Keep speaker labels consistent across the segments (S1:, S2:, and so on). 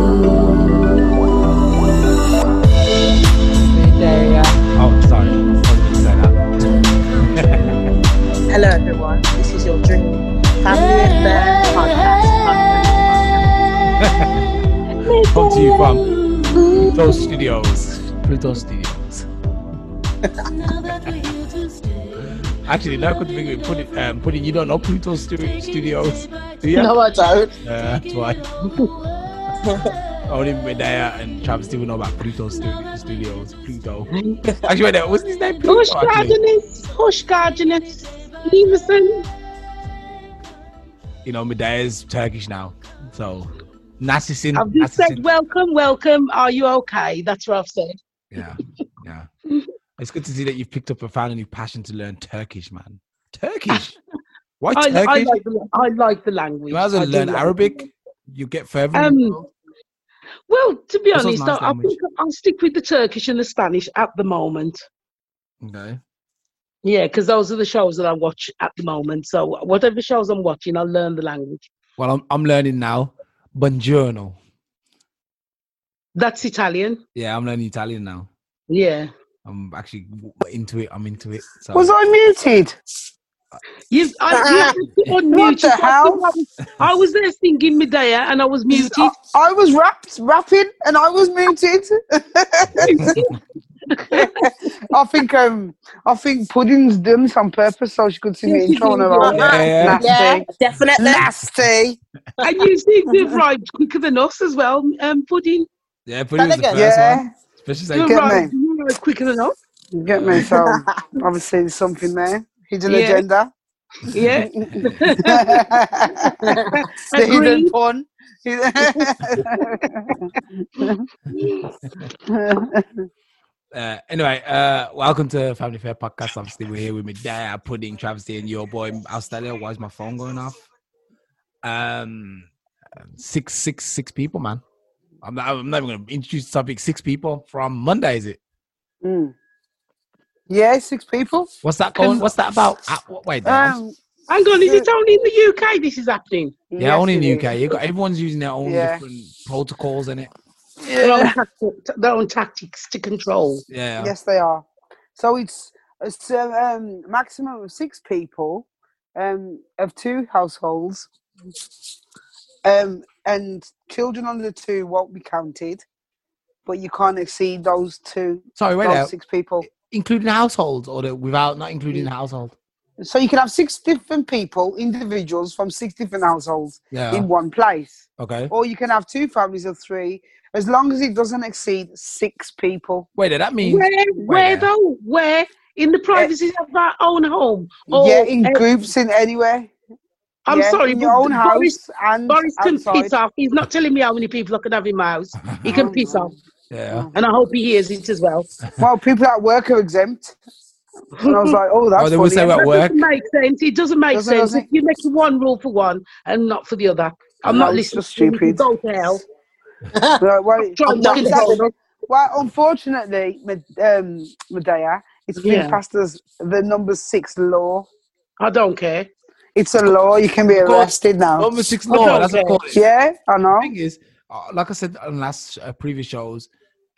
S1: Oh, come to you from Pluto Studios. Pluto Studios. Actually, now I could think of it. Put it, um, put it. You don't know Pluto Stu- Studios, do you?
S2: No, I don't.
S1: Uh, that's why. Only Medea and Travis Steven know about Pluto Stu- Studios. Pluto. Actually, wait, there- what's his name? Pluto.
S3: Hoş
S1: actually.
S3: geldiniz, hoş geldiniz. İyi misin?
S1: You know, Medea is Turkish now, so Narcissin.
S3: I've just
S1: Narcissin-
S3: said welcome, welcome. Are you okay? That's what I've said.
S1: Yeah, yeah. It's good to see that you've picked up a found a new passion to learn Turkish, man. Turkish. Why
S3: I,
S1: Turkish?
S3: I, like the, I like the language.
S1: you might as well
S3: I do
S1: learn
S3: like
S1: Arabic.
S3: it.
S1: You get further. in the
S3: Um,
S1: world.
S3: well, to be
S1: That's a
S3: honest,
S1: nice
S3: I, I
S1: language.
S3: think I'll stick with the Turkish and the Spanish at the moment.
S1: okay.
S3: Yeah, because those are the shows that I watch at the moment. So whatever shows I'm watching, I'll learn the language.
S1: Well, I'm I'm learning now. Buongiorno.
S3: That's Italian.
S1: Yeah, I'm learning Italian now.
S3: Yeah.
S1: I'm actually w- into it. I'm into it. So.
S2: Was I muted?
S3: You've,
S1: Ah.
S3: I, you've been
S2: What
S3: unmuted.
S2: the hell?
S3: I was there singing Medea and I was muted.
S2: I, I was wrapped, rapping and I was muted. I think um, I think Pudding's done this on purpose so she could sing the intro on her own.
S1: Yeah, yeah.
S2: Nasty.
S4: Definitely.
S2: Nasty.
S3: and you seem to have arrived quicker than us as well, um, Pudding.
S1: yeah, pretty much the first
S2: Yeah.
S1: one. Especially
S3: You
S1: saying,
S2: Good
S3: arrived,
S2: mate.
S3: you arrived quicker than us.
S2: You get me? So obviously there's something there. Hidden
S3: Yeah.
S2: agenda.
S3: Yeah.
S2: the hidden
S3: Agreed.
S2: pun.
S1: uh, anyway, uh, welcome to Family Fair Podcast. I'm still here with my dad, Pudding, Travesty, and your boy Australia. Why is my phone going off? Um, six, six, six people, man. I'm not, I'm not even going to introduce the topic. Six people from Monday, is it?
S2: Mm. Yeah, six people.
S1: What's that going? What's that about? Uh, what- wait, now.
S2: Um,
S3: Hang on, is it only in the UK this is happening?
S1: yeah,
S2: yes,
S1: only in the
S2: it
S1: UK. You got everyone's using their own
S2: Yeah.
S1: different protocols in it.
S2: is.
S3: Their own,
S2: Yeah.
S3: tacti- their own tactics to control.
S1: Yeah,
S2: Yes, they are. So it's it's um, um, maximum of six people, um, of two households, um, and children under two won't be counted, but you can't exceed those two
S1: Sorry, wait
S2: those
S1: now.
S2: six people.
S1: Including households or the, without, not including the household.
S2: So you can have six different people, individuals from six different households
S1: Yeah.
S2: in one place,
S1: Okay.
S2: or you can have two families of three, as long as it doesn't exceed six people.
S1: Wait, that means
S3: Where, where
S1: now.
S3: though? Where? In the privacy of our own home? Or,
S2: Eh. yeah, in
S3: uh,
S2: groups in anywhere.
S3: I'm
S2: Yeah,
S3: sorry,
S2: in
S3: but
S2: your own house
S3: Boris,
S2: and
S3: Boris can
S2: outside.
S3: piss off. He's not telling me how many people I can have in my house. He can piss off.
S1: yeah.
S3: And I hope he hears it as well.
S2: Well, people at work are exempt. And I was like, oh,
S1: Oh,
S2: that's
S1: they
S2: funny.
S1: will say at
S3: That
S1: work.
S3: doesn't make sense. It doesn't make
S2: Doesn't-
S3: sense.
S2: doesn't-
S3: If you make one rule for one and not for the other. I'm
S2: No,
S3: not
S2: it's
S3: listening.
S2: just
S3: to you. You
S2: stupid.
S3: Go to hell.
S2: Right, well,
S3: Try
S2: well,
S3: and knock it
S2: exactly.
S3: down.
S2: well, unfortunately, Med- um, Medea, it's been
S3: Yeah.
S2: passed as the number six law.
S3: I don't care.
S2: It's a law. You can be
S1: course.
S2: arrested now.
S1: Number six
S3: Okay,
S1: law. That's what I
S3: okay.
S1: call it.
S2: Oh, Yeah, I know.
S1: thing is, uh, like I said on last uh, previous shows,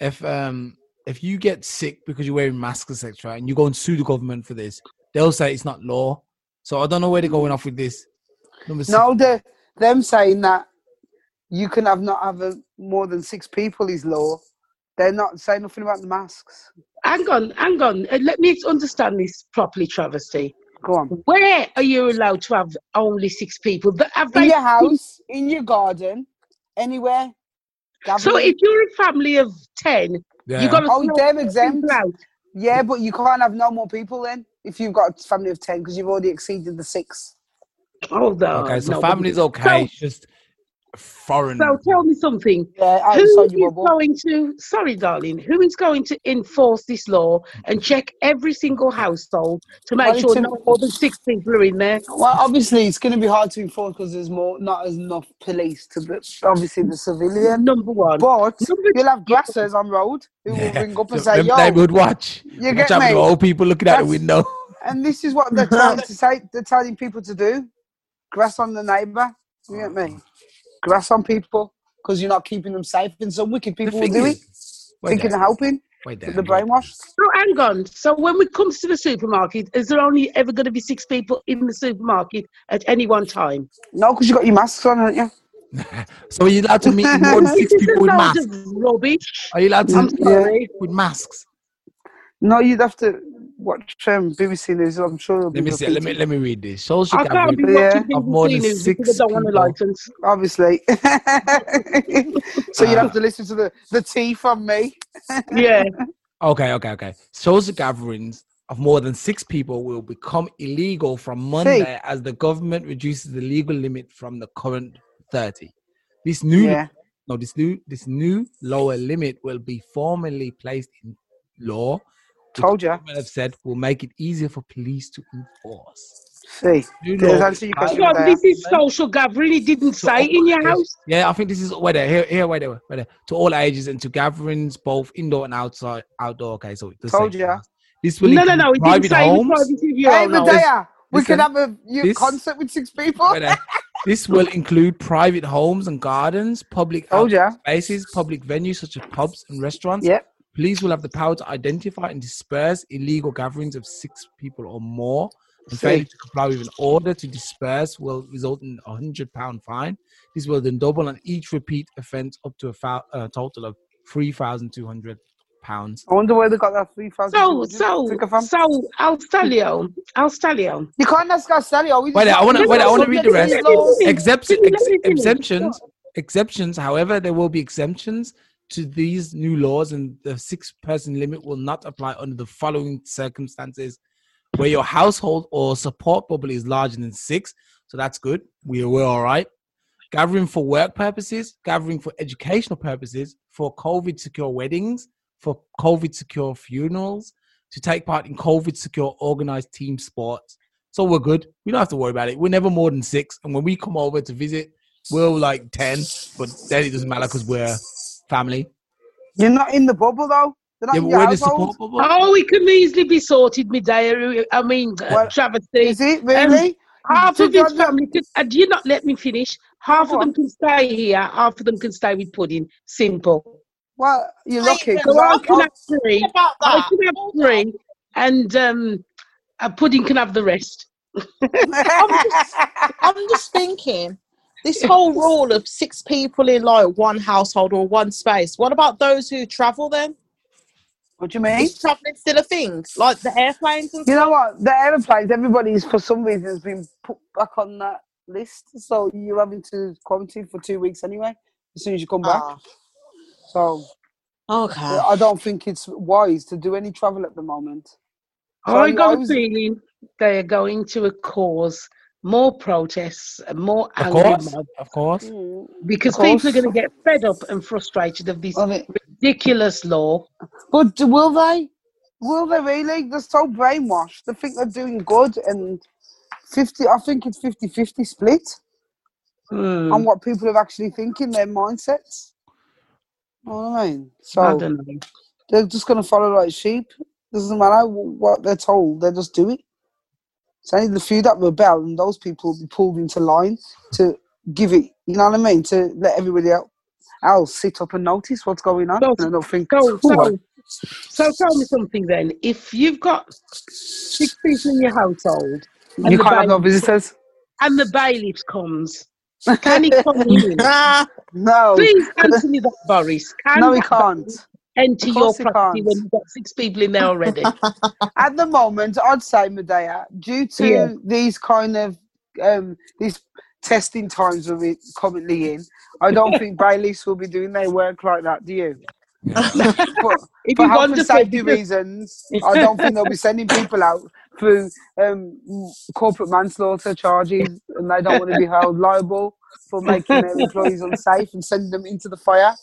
S1: if um if you get sick because you're wearing masks, etc., and you go and sue the government for this, they'll say it's not law. So I don't know where they're going off with this. Number six.
S2: No, the them saying that you can have not have a, more than six people is law. They're not saying nothing about the masks.
S3: Hang on, hang on. Uh, Let me understand this properly, Travesty.
S2: Go on.
S3: Where are you allowed to have only six people? Th- Have
S2: In
S3: they-
S2: your house, in your garden, anywhere.
S3: so
S2: Gathering.
S3: if you're a family of ten,
S1: Yeah.
S3: you got to
S2: Oh, they're exempt.
S3: out.
S2: Yeah, but you can't have no more people then if you've got a family of 10 because you've already exceeded the six.
S3: Oh no.
S1: okay. So
S3: no,
S1: family's okay.
S3: So-
S1: it's just foreign.
S3: So tell me something.
S2: Yeah,
S3: Who
S2: outside
S3: is
S2: your bubble.
S3: going to? Sorry, darling. Who is going to enforce this law and check every single household to make
S2: Well,
S3: sure
S2: it's
S3: no more than six people are in there?
S2: Well, obviously, it's going to be hard to enforce because there's more, not as enough police to the, obviously the civilian.
S3: Number one.
S2: But
S3: Number-
S2: you'll have grassers on road who will
S1: Yeah.
S2: ring up and
S1: So
S2: say,
S1: them
S2: yo,
S1: neighborhood watch.
S2: you
S1: Watch
S2: get
S1: out for the
S2: me?
S1: old people looking out the
S2: That's-
S1: window.
S2: And this is what they're trying to say, they're telling people to do. Grass on the neighbour. You get me? Grass on people because you're not keeping them safe. And some wicked
S1: The
S2: people will
S1: thing
S2: do it,
S1: is- wait
S2: thinking
S1: there,
S2: of helping
S1: wait there,
S2: with the
S1: wait there.
S2: brainwash.
S3: So Oh, hang on. So when it comes to the supermarket, is there only ever going to be six people in the supermarket at any one time?
S2: No, because you got your masks on, haven't you?
S1: so are you allowed to meet more than six
S3: This is a
S1: people with
S3: load
S1: masks?
S3: of rubbish.
S1: Are you allowed to
S3: I'm
S1: meet
S3: sorry.
S1: with masks?
S2: No, you'd have to watch um, BBC News. I'm sure. it'll
S1: Let
S2: be
S1: me see. Let me
S2: repeated,
S1: let me read this. Social
S3: I can't be
S1: gathering.
S3: watching
S1: Of more
S3: BBC
S1: than
S3: News because I
S1: six
S3: don't want a
S1: people.
S3: license.
S2: Obviously. so you'd
S1: Uh,
S2: have to listen to the the tea from me.
S3: Yeah.
S1: Okay, okay, okay. Social gatherings of more than six people will become illegal from Monday as the government reduces the legal limit from the current thirty. This new
S2: Yeah.
S1: no, this new this new lower limit will be formally placed in law.
S2: Told ya.
S1: Government have said will make it easier for police to enforce.
S2: See.
S1: New
S2: There's
S1: law-
S2: answer your question
S3: God,
S2: there.
S3: this is social gathering. It didn't
S1: So-
S3: say in your house.
S1: Yeah, I think this is where they here here where they were where they to all ages and to gatherings both indoor and outside outdoor. Okay, so it does say
S2: Told ya.
S1: outdoors. This will
S3: No, no,
S1: include
S3: no. It didn't
S1: private
S3: say in the
S1: homes.
S3: privacy of your
S2: Hey,
S3: own house.
S2: Madea, we
S1: listen,
S2: could have a you-
S1: this-
S2: concert with six people.
S1: where they- this will include private homes and gardens, public
S2: Told ya.
S1: spaces, public venues such as pubs and restaurants.
S2: Yep.
S1: Police will have the power to identify and disperse illegal gatherings of six people or more. And
S2: See.
S1: failure to comply with an order to disperse will result in a hundred pound fine. This will then double on each repeat offence up to a, fou- a total of three thousand two hundred pounds.
S2: I wonder where they got that three thousand.
S3: So, so, so, Alstalio, Alstalio.
S2: you can't ask us, Sally. We just
S1: Wait, I want to.
S3: No,
S1: Wait, I
S3: no,
S1: want to
S3: no,
S1: read the
S3: no,
S1: rest.
S3: no, no, no.
S1: Except
S3: Can you
S1: ex-
S3: let me finish?
S1: exemptions, exemptions. However, there will be exemptions to these new laws, and the six-person limit will not apply under the following circumstances: where your household or support bubble is larger than six. So that's good. We are we're all right. Gathering for work purposes, gathering for educational purposes, for COVID-secure weddings, for COVID-secure funerals, to take part in COVID-secure organized team sports. So we're good. We don't have to worry about it. We're never more than six. And when we come over to visit, we're like 10, but then it doesn't matter because we're family.
S2: You're not in the bubble though. They're not
S1: Yeah,
S2: in
S1: but
S2: your
S1: we're the
S2: household.
S1: support bubble.
S3: Oh, it can easily be sorted, my diary. I mean, uh,
S2: Well,
S3: travesty.
S2: Is it really?
S3: Half
S2: So
S3: of his
S2: John-
S3: family, could, uh, do you not let me finish? Half
S2: Go
S3: of
S2: on.
S3: them can stay here, half of them can stay with Pudding. Simple.
S2: Well, you're lucky
S4: Wait,
S2: because
S3: So I can have
S2: I,
S3: three,
S4: about
S3: I
S4: that.
S3: can have
S4: Hold on.
S3: three, and um, uh, Pudding can have the rest.
S2: I,
S4: I'm just thinking this whole rule of six people in like one household or one space. What about those who travel then?
S2: What do you mean?
S4: Is traveling still a thing? Like the airplanes and
S2: You
S4: stuff?
S2: know what? The aeroplanes. Everybody's for some reason has been put back on that list, so you're having to quarantine for two weeks anyway. As soon as you come back,
S3: Ah.
S2: so
S4: Ah, okay.
S2: I don't think it's wise to do any travel at the moment. So
S3: I got
S2: I
S3: a
S2: was-
S3: feeling they are going to uh, cause more protests, and more
S1: Of
S3: angry
S1: course.
S3: mobs,
S1: Of course.
S2: Mm.
S3: because
S2: Of course.
S3: people are going to get fed up and frustrated of this
S2: Of it.
S3: ridiculous law.
S2: But d- will they? Will they really? They're so brainwashed. They think they're doing good and 50, I think it's 50 50 split
S3: Hmm,
S2: on what people are actually thinking, their mindsets. You know what I mean?
S3: I
S2: So
S3: don't know.
S2: they're just going to follow like sheep. Doesn't matter wh- what they're told, they just do it. It's only the few that rebel, and those people will be pulled into line to give it, you know what I mean? To let everybody else, else sit up and notice what's going on.
S3: So-
S2: and they'll think,
S3: So,
S2: "Ooh, I
S3: so, so tell me something then. If you've got six people in your household and,
S2: You
S3: the,
S2: can't have
S3: bail-
S2: no visitors.
S3: and the bailiff comes, can he come in?
S4: Ah,
S2: No,
S3: Please answer me that, Boris. Can
S2: no, he
S3: that
S2: can't.
S3: enter your
S2: Of course he
S3: property
S2: can't.
S3: when you've got six people in there already?
S2: At the moment, I'd say Medea, due to
S3: Yeah.
S2: these kind of um, these testing times we're in- currently in, I don't think bailiffs will be doing their work like that. Do you? But
S3: It'd be
S2: for health and
S3: wonderful
S2: safety
S3: because-
S2: reasons, I don't think they'll be sending people out through um, m- corporate manslaughter charges, and they don't want to be held liable for making their employees unsafe and sending them into the fire.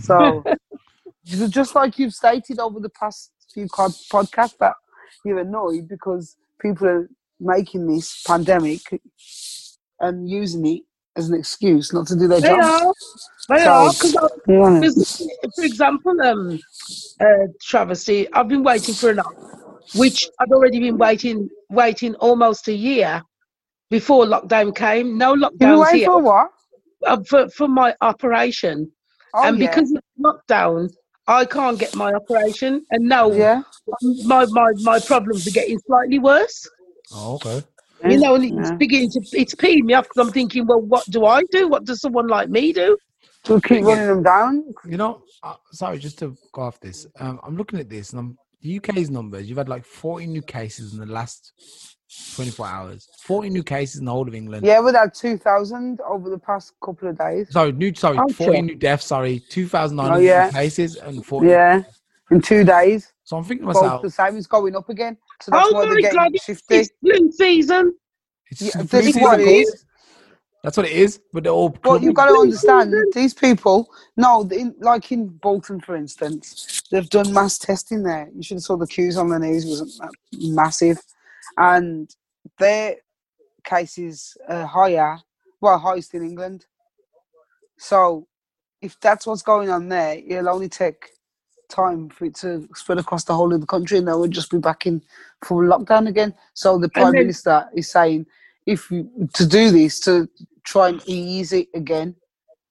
S2: So, ju- just like you've stated over the past few co- podcasts, that you're annoyed because people are making this pandemic and using it as an excuse not to do their
S3: They
S2: job.
S3: are. They
S2: So-
S3: are. 'cause I-
S2: You know what I mean?
S3: 'cause, for example, um, uh, travesty. I've been waiting for an op, which I'd already been waiting, waiting almost a year before lockdown came. No
S2: You've been
S3: lockdowns
S2: waiting
S3: here
S2: for what?
S3: uh, for, for my operation,
S2: Oh,
S3: and
S2: yeah.
S3: because of lockdown, I can't get my operation, and now
S2: yeah.
S3: my, my my problems are getting slightly worse.
S1: Oh, okay.
S3: You know, and it's
S2: Yeah.
S3: beginning to it's peeing me off because I'm thinking, well, what do I do? What does someone like me do?
S2: We'll keep running them down.
S1: You know, uh, sorry, just to go off this. Um, I'm looking at this, and I'm the UK's numbers. You've had like 40 new cases in the last 24 hours. 40 new cases in the whole of England.
S2: Yeah, we've had 2,000 over the past couple of days.
S1: Sorry, new. Sorry,
S3: Oh,
S1: 40
S3: sure.
S1: new deaths. Sorry, 2,900
S2: Oh, yeah.
S1: new cases and 40.
S2: Yeah, in two days.
S1: So I'm thinking to
S2: Both
S1: myself,
S2: the same is going up again. So that's
S3: Oh
S2: why
S3: my
S2: they're getting
S3: God,
S2: shifty.
S3: It's flu season.
S1: it's
S2: Yeah,
S1: just
S2: this
S1: flu
S2: is
S1: season,
S2: what it
S1: guys.
S2: is.
S1: That's what it is. But they're all.
S2: But
S1: clubbed.
S2: you've got to
S3: Flu
S2: understand,
S3: season.
S2: these people, no, the- in, like in Bolton, for instance, they've done mass testing there. You should have saw the queues on the news, it was uh, massive. And their cases are higher, well, highest in England. So if that's what's going on there, it'll only take time for it to spread across the whole of the country and then we'll just be back in full lockdown again. So the Prime
S3: then-
S2: Minister is saying if you, to do this, to try and ease it again,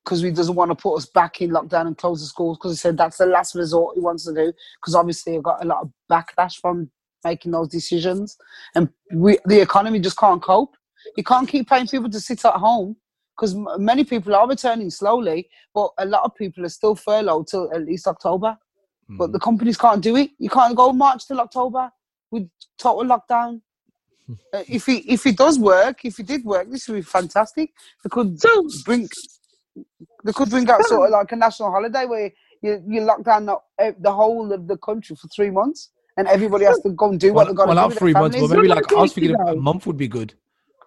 S2: because he doesn't want to put us back in lockdown and close the schools, because he said that's the last resort he wants to do, because obviously I've got a lot of backlash from making those decisions. And we, the economy just can't cope. You can't keep paying people to sit at home because m- many people are returning slowly, but a lot of people are still furloughed till at least October but the
S1: Mm-hmm.
S2: companies can't do it. You can't go March till October with total lockdown. Uh, if it if it does work, if it did work, this would be fantastic. They could
S3: So
S2: bring they could bring out sort of like a national holiday where you you lock down the, eh, the whole of the country for three months and everybody has to go and do what
S1: well,
S2: they've got
S1: well
S2: to do.
S1: out
S2: with
S1: three
S2: their
S1: months, but
S2: families.
S1: maybe
S3: What
S1: like
S3: do
S1: I
S3: I
S1: was
S3: think,
S1: thinking a
S3: though?
S1: month would be good,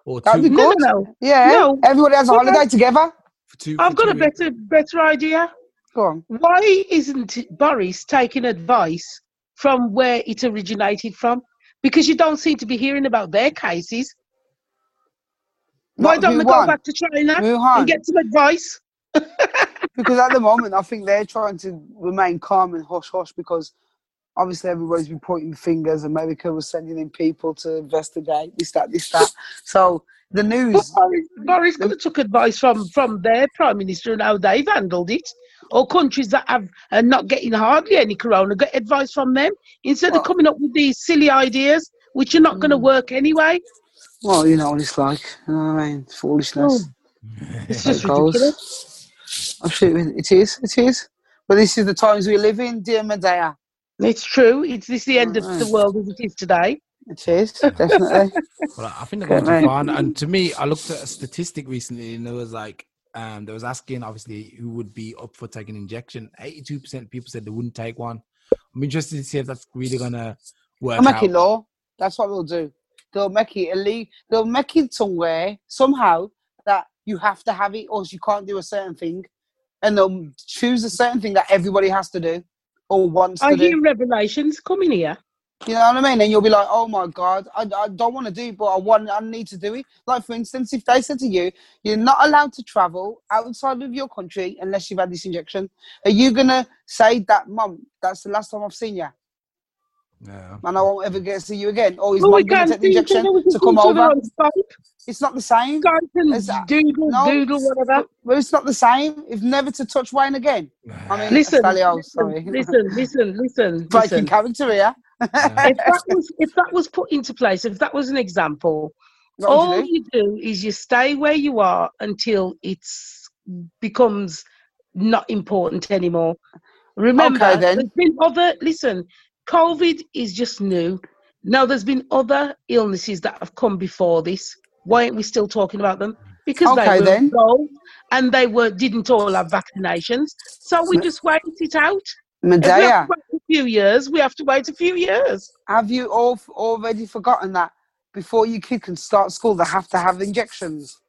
S1: or
S2: That'd be
S1: two
S3: no,
S2: good.
S3: no, no.
S2: Yeah,
S3: No.
S2: everybody has a
S3: What I-
S2: holiday together.
S1: for two.
S3: I've
S1: for
S3: got
S1: two
S3: a
S1: weeks.
S3: better better idea.
S2: Go on.
S3: why isn't Boris taking advice from where it originated from? Because you don't seem to be hearing about their cases. Why
S2: Not
S3: don't they
S2: Wuhan.
S3: go back to China
S2: Wuhan.
S3: and get some advice?
S2: because at the moment, I think they're trying to remain calm and hush hush because obviously everybody's been pointing fingers. America was sending in people to investigate this, that, this, that. So the
S3: But
S2: news,
S3: Boris, Boris could have took advice from, from their prime minister and how they've handled it, or countries that have are not getting hardly any corona. Get advice from them instead
S2: Well- Hmm.
S3: of coming up with these silly ideas which are not going to work anyway.
S2: well, you know what it's like. You know what I mean? Foolishness.
S3: Oh, it's
S2: How it
S3: just ridiculous.
S2: goes. I'm sure it is. It is. But this is the times we live in, dear Medea.
S3: It's true. It's this the end of the world as it is today.
S2: It is definitely.
S1: Well, I think they're going
S2: Okay,
S1: too
S2: mate.
S1: far. And, and to me, I looked at a statistic recently, and it was like, um, they was asking obviously who would be up for taking injection. Eighty-two percent people said they wouldn't take one. I'm interested to see if that's really gonna work
S2: I'll make
S1: out.
S2: it law. That's what we'll do. They'll make it illegal. They'll make it somewhere somehow that you have to have it, or else you can't do a certain thing, and they'll choose a certain thing that everybody has to do or wants
S3: I
S2: to do.
S3: hear revelations coming here.
S2: You know what I mean? And you'll be like, "Oh my god, I, I don't want to do, it, but I want, I need to do it." Like for instance, if they said to you, "You're not allowed to travel outside of your country unless you've had this injection," are you gonna say that, "Mum, that's the last time I've seen you"?
S1: Yeah.
S2: and I won't ever get to see you again. Oh, Or is
S3: Well,
S2: mum
S3: we
S2: going
S3: can't
S2: to take the
S3: see each
S2: injection
S3: other. We can
S2: to
S3: see
S2: come
S3: each other
S2: over?
S3: on Skype.
S2: It's not the same.
S3: Skype
S2: Is that-
S3: and doodle,
S2: No,
S3: doodle, whatever.
S2: well, it's not the same. If never to touch wine again. I mean,
S3: Listen,
S2: Stalio, oh, sorry,
S3: listen, listen, listen, listen.
S2: breaking
S3: listen.
S2: character
S1: Yeah.
S2: here.
S3: If that was if that was put into place, if that was an example,
S2: What would
S3: all
S2: you do?
S3: you do is you stay where you are until it's becomes not important anymore. Remember,
S2: Okay, then.
S3: there's been other. Listen, COVID is just new. Now, there's been other illnesses that have come before this. Why aren't we still talking about them? Because
S2: Okay,
S3: they were
S2: then.
S3: involved and they were didn't all have vaccinations. So we just wait it out. If we have to
S2: Medea,
S3: wait a few years, we have to wait a few years.
S2: have you all f- already forgotten that before your kid can start school, they have to have injections?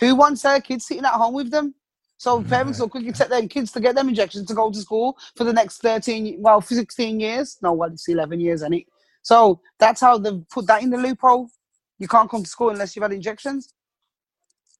S2: Who wants their kids sitting at home with them? So parents will quickly take their kids to get them injections to go to school for the next 13, well, 16 years. No, well, it's 11 years, is it? So that's how they've put that in the loophole. You can't come to school unless you've had injections.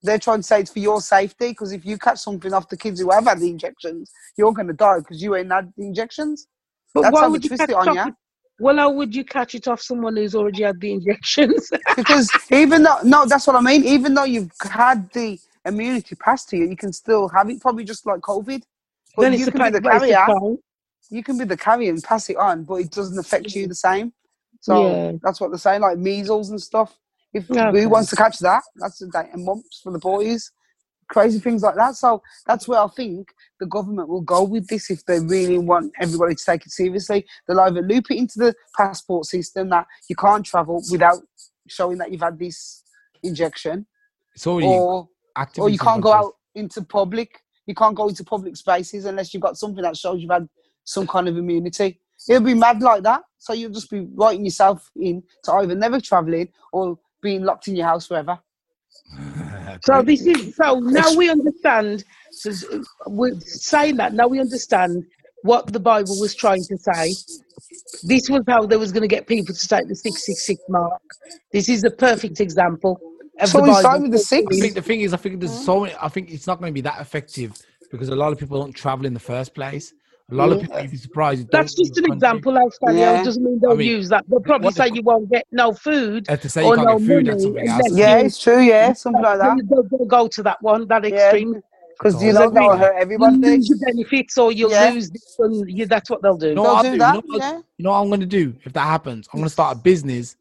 S2: They're trying to say it's for your safety because if you catch something off the kids who have had the injections, you're going to die because you ain't had the injections.
S3: But
S2: That's
S3: why
S2: how they
S3: would you
S2: twist
S3: catch
S2: it on
S3: it off?
S2: you.
S3: Well, how would you catch it off someone who's already had the injections?
S2: because even though no, that's what I mean. Even though you've had the immunity passed to you, you can still have it. Probably just like COVID, but
S3: then it's
S2: you
S3: a
S2: can be
S3: bad
S2: the
S3: waste
S2: carrier.
S3: of time.
S2: You can be the carrier and pass it on, but it doesn't affect you the same. So
S3: Yeah.
S2: that's what they're saying, like measles and stuff. If
S3: Okay.
S2: who wants to catch that? That's a day and months for the boys. Crazy things like that. So that's where I think the government will go with this if they really want everybody to take it seriously. They'll either loop it into the passport system that you can't travel without showing that you've had this injection,
S1: It's already
S2: or
S1: active.
S2: or
S1: in
S2: you
S1: some
S2: can't go
S1: countries.
S2: out into public. You can't go into public spaces unless you've got something that shows you've had some kind of immunity. It'll be mad like that. So you'll just be writing yourself in to either never travelling or being locked in your house forever.
S3: So this is so now we understand. We're saying that now we understand what the Bible was trying to say. This was how they was going to get people to take the six six six mark. This is a perfect example of
S2: So
S3: the
S2: we
S3: Bible.
S2: started with the six?
S1: I think the thing is, I think there's so many. I think it's not going to be that effective because a lot of people don't travel in the first place. A lot of people, you'd be surprised. who
S3: That's
S1: don't leave
S3: just an
S1: the country.
S3: example, Australia.
S2: Yeah.
S3: It doesn't mean they'll
S1: I mean,
S3: use that. They'll probably
S1: what the-
S3: say you won't get no food
S1: Uh, to say you
S3: or
S1: can't
S3: no
S1: get food, that's
S3: money
S1: something else.
S3: unless
S2: Yeah,
S3: you.
S2: it's true. Yeah, something like that.
S3: They'll, they'll go to that one, that
S2: Yeah.
S3: extreme.
S2: Because you
S1: Because
S2: know
S3: they'll
S2: that'll
S3: make-
S2: hurt
S3: You'll
S2: everybody.
S3: lose your benefits or you'll
S2: Yeah.
S3: lose this, and you, that's what they'll do.
S1: You know
S2: They'll
S1: what I'll
S2: do
S1: do?
S2: that,
S1: you, know what,
S2: yeah.
S1: you know what I'm going to do if that happens? I'm going to start a business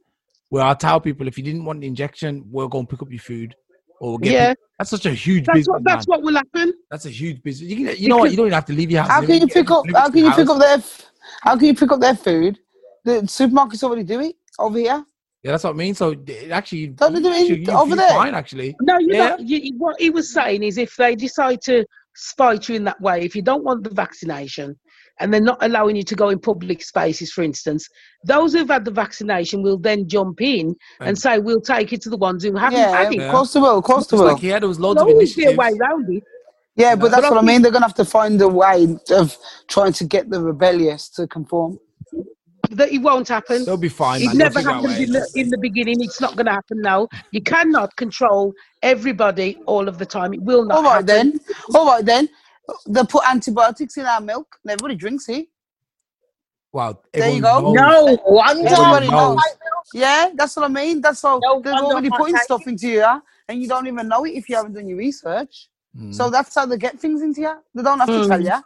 S1: where I tell people if you didn't want the injection, we'll go and pick up your food or we'll get.
S3: Yeah.
S1: people- That's such a huge
S3: That's
S1: business.
S3: what that's
S1: man.
S3: what will happen.
S1: That's a huge business. You, can, you know what? You don't even have to leave your house.
S2: How can you pick up? How can you pick up their? f- How can you pick up their food? The supermarkets already do it over here.
S1: Yeah, that's what I mean. So it actually,
S2: Don't they do it
S1: you, you feel
S2: over there?
S1: fine actually.
S3: No, you're
S1: Yeah.
S3: not. You, you- what he was saying is if they decide to spite you in that way, if you don't want the vaccination and they're not allowing you to go in public spaces, for instance, those who've had the vaccination will then jump in and
S1: And-
S3: say, we'll take it to the ones who haven't
S2: Yeah,
S3: had it.
S2: of course they will. Of course
S1: It's
S2: they will.
S1: like yeah, there was loads
S3: There'll
S1: of
S3: always be a way
S1: initiatives.
S3: around it.
S2: yeah, but
S1: Yeah.
S2: that's
S3: But I
S2: what I
S3: think-
S2: mean. They're gonna have to find a way of trying to get the rebellious to conform.
S3: That it won't happen.
S1: They'll be fine,
S3: It
S1: man. They'll
S3: never
S1: figure out
S3: happened in
S1: ways.
S3: the, in the beginning. It's not going to happen now. You cannot control everybody all of the time. It will not
S2: All right
S3: happen.
S2: then. All right then. They put antibiotics in our milk, and everybody drinks it.
S1: Wow,
S2: There you
S1: everyone
S2: go.
S1: knows.
S4: No wonder.
S1: Everybody
S2: Everybody
S1: knows.
S2: knows. Yeah, that's what I mean. That's all.
S4: No
S2: They're
S4: wonder
S2: already
S4: I
S2: putting
S4: take
S2: stuff into you, yeah? and you don't even know it if you haven't done your research.
S1: Mm.
S2: So that's how they get things into you. They don't have to
S3: Mm.
S2: tell you.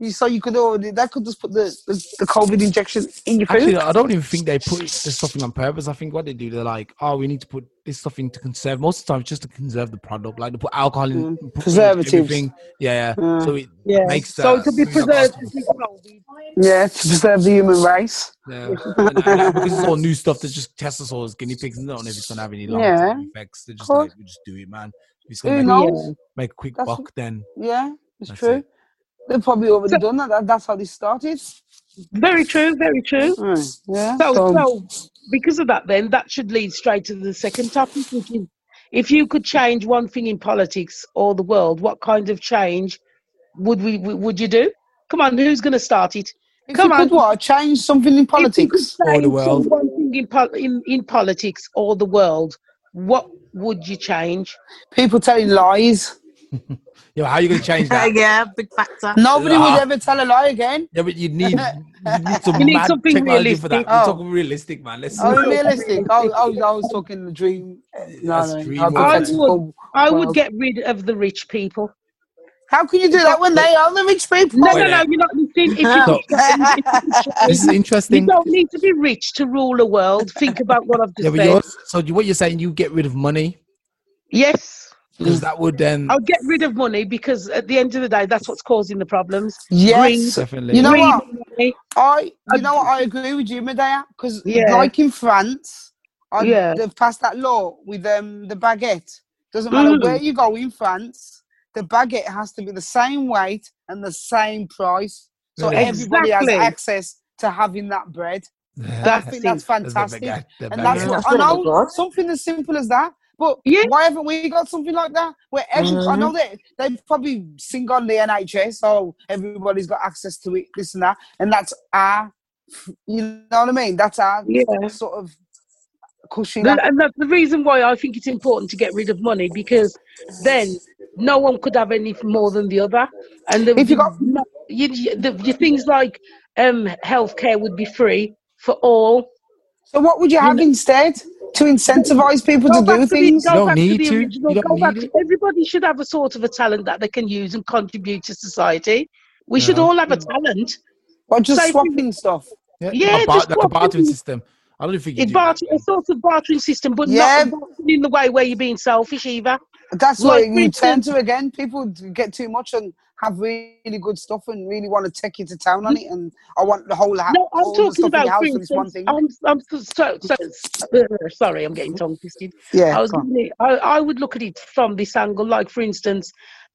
S2: you. So you could already, they could just put the, the, the COVID injection in your food.
S1: Actually, I don't even think they put the stuff in on purpose. I think what they do, they're like, oh, we need to put this stuff in to conserve. Most of the time, it's just to conserve the product. Like they put alcohol in,
S2: Mm.
S1: put in
S2: Preservatives.
S1: everything. Yeah, yeah.
S2: Mm.
S1: So it
S3: Yeah.
S1: makes
S3: so
S1: uh,
S3: to
S1: something
S3: be
S1: like
S3: preserved
S1: artificial.
S3: with COVID.
S2: yeah, to preserve the human race.
S1: Yeah. And, and, uh, because it's all new stuff, they just test us all as guinea pigs and they don't know if it's going to have any long term
S2: Yeah.
S1: effects. They're just
S2: Cool.
S1: like, we just do it, man. If it's
S2: Who
S1: going to make,
S2: knows?
S1: make a quick
S2: That's-
S1: buck, then
S2: Yeah, it's
S1: That's
S2: true.
S1: it.
S2: They've probably already
S3: So-
S2: done that. that. That's how this started.
S3: Very true, very true.
S2: Mm. Yeah,
S3: So,
S2: so,
S3: so because of that, then that should lead straight to the second topic, which is if you could change one thing in politics or the world, what kind of change would we w- would you do? Come on, who's going to start it?
S2: if
S3: Come
S2: you could
S3: on.
S2: what, change something in
S3: If you could
S2: politics.
S1: Or the
S3: change
S1: world.
S3: some one thing in, pol- in in politics or the world, what would you change?
S2: People telling lies.
S1: Yeah, how you going to change that?
S4: yeah, big factor.
S2: Nobody
S1: Ah.
S2: would ever tell a lie again.
S1: Yeah, but you need you need some
S3: You need
S1: mad
S3: something
S1: technology for that.
S3: realistic.
S1: We're
S2: Oh.
S1: talking realistic, man. Let's
S2: Oh,
S3: No,
S2: realistic. I, I, was,
S3: realistic.
S2: I was talking the dream. uh, No,
S1: That's
S2: no,
S1: dream world,
S3: I
S1: man.
S3: would,
S2: hypothetical
S3: I would
S2: world.
S3: get rid of the rich people.
S1: Oh,
S2: How can you do that when they are the rich people?
S3: No,
S1: Wait
S3: no, no,
S1: there.
S3: you're not listening. If you
S1: So
S3: could change, if you could
S1: this is
S3: change, you
S1: interesting.
S3: don't need to be rich to rule the world. Think about what I've
S1: Yeah, but
S3: just said.
S1: you're so you- what you're saying, you get rid of money
S3: Yes,
S1: because that would then
S3: I'll get rid of money because at the end of the day, that's what's causing the problems. Greed,
S2: Yes.
S1: definitely.
S2: You know
S3: greed,
S2: what?
S3: and money.
S2: I, you
S3: I'd-
S2: know what? I agree with you, Medea, because
S3: Yeah.
S2: like in France, I,
S3: Yeah.
S2: they've passed that law with um, the baguette. Doesn't matter where
S3: Mhm.
S2: you go in France, the baguette has to be the same weight and the same price, so
S3: eh,
S1: Really?
S2: everybody has
S3: Exactly.
S2: access to having that bread. And I
S3: That's
S2: think
S3: it.
S2: that's
S1: That's the
S2: fantastic.
S1: baguette, the
S2: And that's
S1: baguette.
S2: what
S4: That's
S2: I
S4: what I
S2: know.
S4: got.
S2: Something as simple as that. But
S3: Yeah.
S2: why haven't we got something like that? Where every
S3: Mm-hmm.
S2: I know that they probably sing on the NHS, oh everybody's got access to it, this and that, and that's our, you know what I mean? That's our
S3: Yeah.
S2: sort of cushion.
S3: The- And that's the reason why I think it's important to get rid of money because then no one could have any more than the other, and there would
S2: If you
S3: be
S2: got
S3: no, you, you, the, your things like um, healthcare would be free for all.
S2: so, what would you
S3: You
S2: have
S3: know,
S2: instead to incentivize people
S3: Mm-hmm. go
S2: to
S3: back
S2: do
S3: to the
S2: things?
S1: You
S3: go
S1: don't
S3: back to
S1: need
S3: the
S1: to.
S3: original.
S1: You don't
S3: Go back
S1: need
S3: to
S1: it.
S3: everybody should have a sort of a talent that they can use and contribute to society. We should
S1: Yeah.
S3: all have a talent.
S2: Or just
S3: Say, for-
S2: swapping stuff?
S1: Yeah.
S3: yeah,
S1: A bar,
S3: just
S1: like a
S3: swap
S1: bartering
S3: things.
S1: system. I don't think you
S3: It's
S1: do that,
S3: barter, a sort of bartering system, but
S2: Yeah.
S3: not bartering in the way where you're being selfish either.
S2: That's
S3: Like,
S2: what
S3: for
S2: you turn
S3: instance-
S2: to again. People d- get too much and have really good stuff and really want to take you to town on it. And I want the whole house.
S3: Mm-hmm. No, I'm
S2: Uh, all the
S3: talking
S2: stuff in
S3: about
S2: your house
S3: for
S2: for this one
S3: instance,
S2: thing.
S3: I'm, I'm so, so, so- sorry, I'm getting tongue twisted.
S2: yeah.
S3: I was
S2: go on.
S3: gonna- I, I would look at it from this angle, like for instance,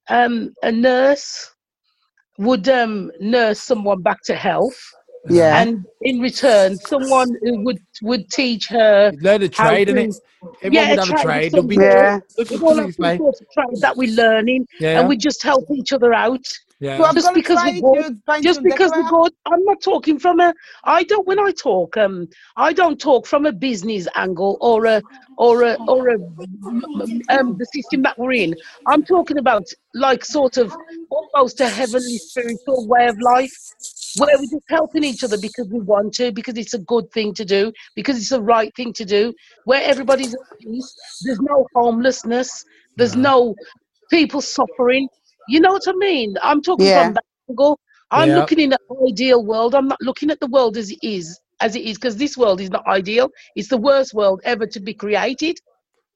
S3: um, a nurse would um, nurse someone back to health,
S2: Yeah.
S3: and in return, someone who would would teach her.
S1: You'd learn a
S3: how
S1: trade in
S3: to-
S1: it. Everyone would have a trade. There'll be
S3: something.
S2: Yeah.
S1: look,
S3: We've
S1: please
S3: all have some
S1: explain.
S3: sort of trade that we're learning,
S1: Yeah,
S3: and we just help each other out.
S1: yeah.
S2: Well, I've
S3: just
S2: got a
S3: because the
S2: trade,
S3: board-
S2: you're a painter
S3: just
S2: and
S3: because the
S2: decorator.
S3: god i'm not talking from a i don't when i talk um i don't talk from a business angle or a or a or a um the system that we're in i'm talking about like sort of almost a heavenly spiritual way of life where we're just helping each other because we want to because it's a good thing to do because it's the right thing to do where everybody's at peace there's no homelessness there's no people suffering you know what i mean i'm talking
S2: Yeah.
S3: from that angle I'm
S1: Yeah.
S3: looking in the ideal world. I'm not looking at the world as it is, as it is, because this world is not ideal. It's the worst world ever to be created.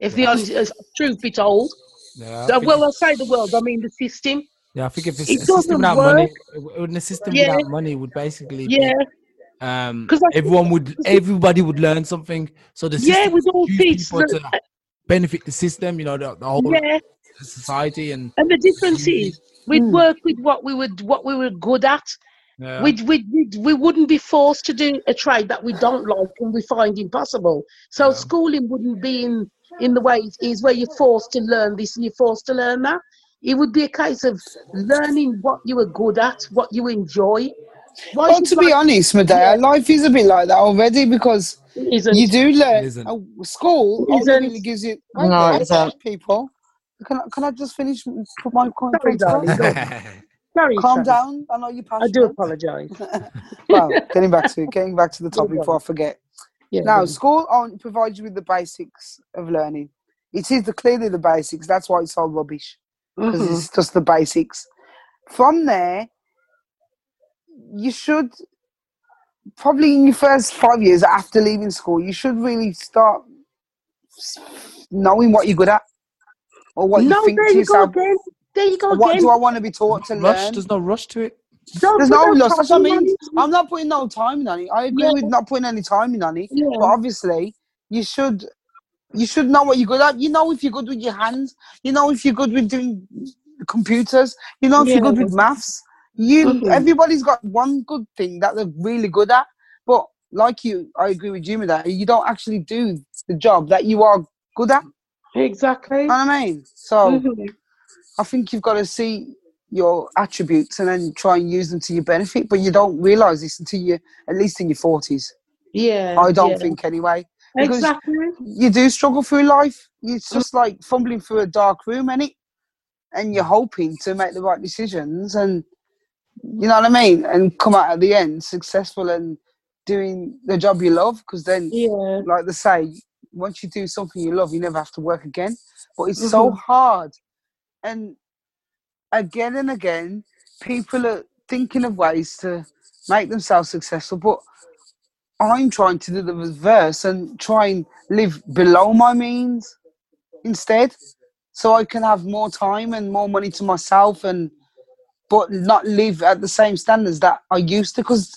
S3: If the honest, if truth be told,
S1: yeah. I
S3: Uh,
S1: think
S3: well, I
S1: it's-
S3: say the world. I mean the system.
S1: yeah, I think if it's
S3: it
S1: a system
S3: doesn't
S1: without
S3: work.
S1: money, when a system
S3: Yeah.
S1: without money would basically be
S3: Yeah,
S1: um
S3: 'Cause I think-
S1: everyone would everybody would learn something so the
S3: yeah,
S1: system
S3: we'd all
S1: use
S3: be.
S1: people to benefit the system you know the, the whole
S3: Yeah,
S1: society and
S3: and the difference
S1: use it.
S3: is we'd
S2: Hmm.
S3: work with what we would, what we were good at.
S1: yeah
S3: We'd, we'd, we'd, we wouldn't be forced to do a trade that we don't like and we find impossible. So
S1: Yeah.
S3: schooling wouldn't be in, in the way it is, where you're forced to learn this and you're forced to learn that. It would be a case of learning what you are good at, what you enjoy. Why
S2: Well,
S3: should
S2: to be
S3: life-
S2: honest, Medea, life is a bit like that already because
S3: it isn't.
S2: you do
S1: It
S2: learn.
S1: isn't.
S2: Oh, school
S3: It
S2: only
S3: isn't.
S2: really gives you. Wait
S4: No, it
S2: there,
S4: isn't.
S2: people. Can I, can I just finish put my point
S3: Sorry,
S2: across?
S3: darling. Go on. Sorry,
S2: Calm
S3: Travis.
S2: down. I know you're
S3: I do
S2: passionate.
S3: apologise.
S2: well, getting back to getting back to the
S3: Go
S2: topic
S3: on.
S2: before I forget.
S3: Yeah. go
S2: Now,
S3: on.
S2: school only provides you with the basics of learning. It is the, clearly the basics. That's why it's all rubbish because
S3: Mhm.
S2: it's just the basics. From there, you should probably in your first five years after leaving school, you should really start s- knowing what you're good at or what you
S3: No,
S2: think
S3: there
S2: to
S3: you go
S2: yourself.
S3: again. There you go
S2: What
S3: again.
S2: do I want to be taught to
S1: rush
S2: learn?
S1: there's no rush to it
S3: Don't
S2: There's
S3: put
S2: no loss. That's what I
S3: pressure on
S2: mean.
S3: it.
S2: I'm not putting no time in on it. I agree
S3: Yeah.
S2: with not putting any time in on it.
S3: Yeah.
S2: But obviously, you should you should know what you're good at. You know if you're good with your hands. You know if you're good with doing computers. You know if you're good
S3: Yeah.
S2: with maths. You
S3: Mhm.
S2: everybody's got one good thing that they're really good at. But like you, I agree with you with that. You don't actually do the job that you are good at.
S3: Exactly.
S2: You know what I mean? So.
S3: Mhm.
S2: I think you've got to see your attributes and then try and use them to your benefit. But you don't realise this until you, at least in your forties.
S3: Yeah.
S2: I don't
S3: yeah.
S2: think anyway, because
S3: Exactly.
S2: you do struggle through life. It's just like fumbling through a dark room, and it, and you're hoping to make the right decisions, and you know what I mean, and come out at the end successful and doing the job you love. Because then,
S3: Yeah.
S2: like they say, once you do something you love, you never have to work again. But it's so hard, and again and again, people are thinking of ways to make themselves successful, but I'm trying to do the reverse and try and live below my means instead, so I can have more time and more money to myself, and but not live at the same standards that I used to, because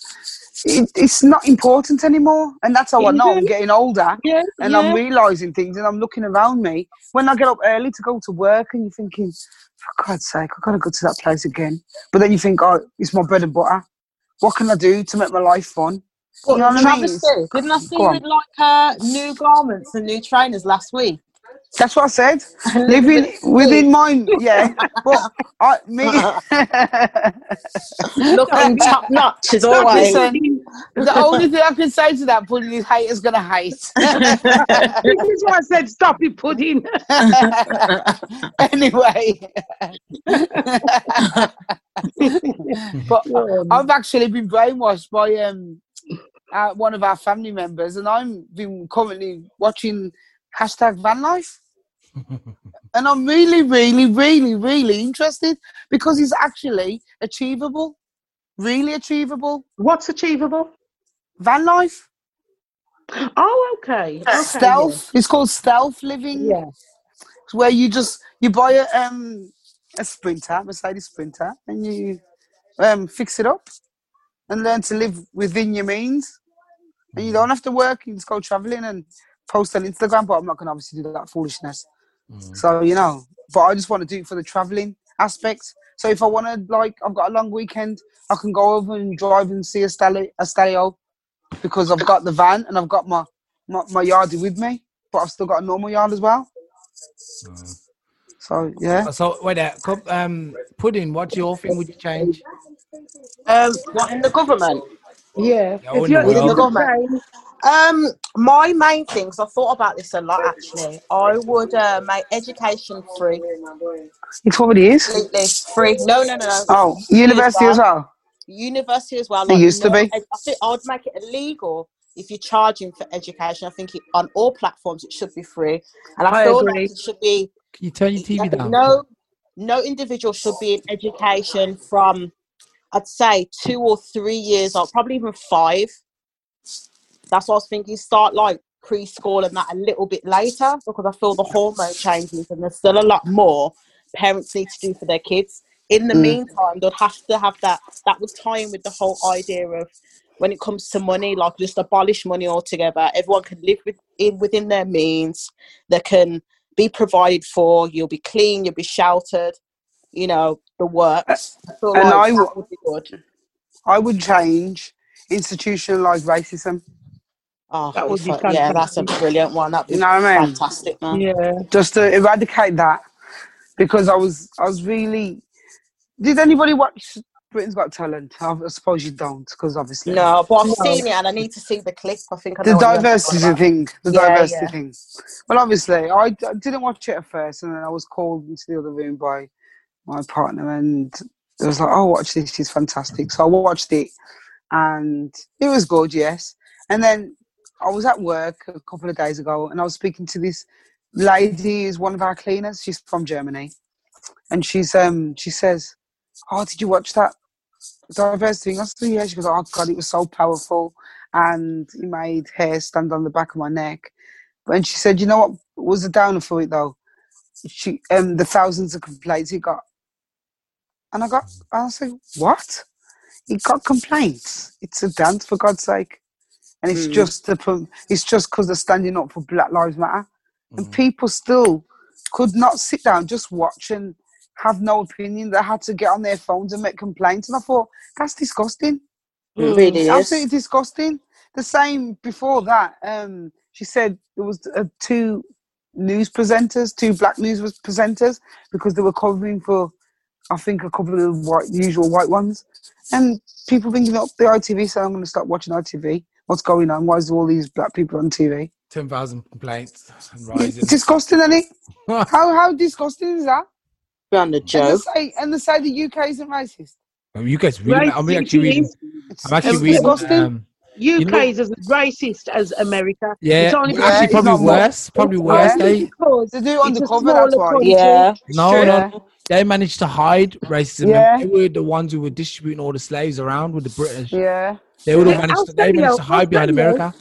S2: it, it's not important anymore. And that's how I know I'm
S3: Even-
S2: getting older.
S3: Yeah.
S2: And
S3: yeah.
S2: I'm realizing things, and I'm looking around me. When I get up early to go to work, and you're thinking, for God's sake, I've got to go to that place again. But then you think, oh, it's my bread and butter. What can I do to make my life fun?
S4: But
S2: You know what I mean?
S4: Travis, too, didn't I see
S2: Go
S4: you
S2: on.
S4: in like uh, new garments and new trainers last week?
S2: That's what I said.
S4: And look at
S2: Living
S4: this
S2: within my yeah. Well, I me.
S4: suit. looking top notch is all right.
S2: Listen, the only thing I can say to that pudding is hate is gonna hate.
S3: This is why I said stop it, pudding.
S2: anyway, but I've actually been brainwashed by um uh, one of our family members, and I'm been currently watching hashtag van life, and I'm really, really, really, really interested because it's actually achievable, really achievable
S3: What's achievable?
S2: van life.
S3: Oh, okay. okay
S2: stealth. It's called stealth living.
S3: Yeah.
S2: It's where you just you buy a um a sprinter, Mercedes Sprinter, and you um fix it up and learn to live within your means. And you don't have to work. You just go traveling and post on Instagram. But I'm not going to obviously do that foolishness. So you know, but I just want to do it for the traveling aspect. So if I want to, like, I've got a long weekend, I can go over and drive and see a stallion, a stallion, because I've got the van and I've got my, my my yardie with me, but I've still got a normal yard as well. So yeah,
S1: So wait there, come, um, pudding. What's your thing? Would you change?
S4: Um, what in the government?
S3: Yeah.
S1: Yeah, I
S3: if you're
S1: wouldn't
S3: in the
S1: know.
S3: government,
S4: Um, my main things. I thought about this a lot actually. I would uh, make education free,
S2: it probably is.
S4: completely free. No, no, no, no.
S2: Oh, university as well.
S4: University as well.
S2: It used to
S4: no-
S2: be.
S4: I I think I would make it illegal if you're charging for education. I think it, on all platforms it should be free, and I,
S3: I
S4: feel
S3: agree.
S4: like it should be
S1: Can you turn your TV down?
S4: No, no individual should be in education from, I'd say, two or three years old, probably even five. That's what I was thinking. Start like preschool and that a little bit later because I feel the hormone changes and there's still a lot more parents need to do for their kids. In the
S2: Mm.
S4: meantime, they'd have to have that. That would tie in with the whole idea of when it comes to money, like just abolish money altogether. Everyone can live within within their means. They can be provided for. You'll be clean. You'll be sheltered. You know the works. I feel
S2: and
S4: like
S2: I
S4: that
S2: w-
S4: would be good.
S2: I would change institutionalized racism.
S4: Oh,
S3: That would
S4: if
S3: be
S4: I- yeah, that's a
S3: fantastic.
S4: brilliant one. That'd be
S2: You know what I mean?
S4: fantastic, man.
S3: yeah.
S2: Just to eradicate that, because I was I was really. Did anybody watch Britain's Got Talent? I I suppose you don't, because obviously.
S4: No, but I've
S3: No.
S4: seen it and I need to see the clip. I think I know
S2: the
S4: what you're talking
S2: diversity
S4: about.
S2: thing. The
S4: Yeah,
S2: diversity
S4: yeah.
S2: thing. Well, obviously, I, d- I didn't watch it at first, and then I was called into the other room by my partner, and it was like, "Oh, watch this! She's fantastic." So I watched it, and it was good, yes. And then I was at work a couple of days ago, and I was speaking to this lady who's one of our cleaners. She's from Germany, and she's um she says, "Oh, did you watch that diversity thing?" I said, "Yeah." She goes, "Oh God, it was so powerful." And he made hair stand on the back of my neck. And she said, "You know what was a downer for it though? She um the thousands of complaints it got." And I got, I said, "What? It got complaints? It's a dance for God's sake!" And it's
S4: Mm.
S2: just the, pro- it's just because they're standing up for Black Lives Matter and people still could not sit down just watch and have no opinion they had to get on their phones and make complaints and i thought that's disgusting
S4: It really is.
S2: absolutely disgusting the same before that um she said there was uh, two news presenters two black news presenters because they were covering for i think a couple of white usual white ones and people bringing up the itv saying i'm going to start watching itv what's going on why is there all these black people on tv
S1: Ten thousand complaints and
S2: it's
S1: rising.
S2: disgusting isn't it how how disgusting is that?
S4: Beyond a
S2: And they
S4: joke.
S2: say and they say the UK isn't racist.
S1: you guys reading? I'm
S3: Racist
S1: actually reading.
S3: is-
S2: It's,
S1: I'm actually
S2: it's
S1: reading.
S2: disgusting.
S1: Um,
S3: UK
S1: You know-
S3: is as racist as America.
S1: yeah,
S3: It's only
S1: well, actually,
S2: it's
S1: probably
S2: not more-
S1: worse. Probably
S3: it's
S1: worse.
S2: Yeah.
S1: They
S3: only because
S2: they do it
S3: it's a
S2: undercover.
S3: smaller
S2: That's why.
S3: country.
S4: Yeah.
S1: no,
S4: True.
S1: no, they managed to hide racism.
S2: Yeah.
S1: They were the ones who were distributing all the slaves around with the British.
S2: Yeah.
S1: They would have
S3: But
S1: managed.
S3: I'll
S1: To,
S3: tell
S1: they
S3: you,
S1: managed to
S3: I'll
S1: hide behind
S3: tell you.
S1: America.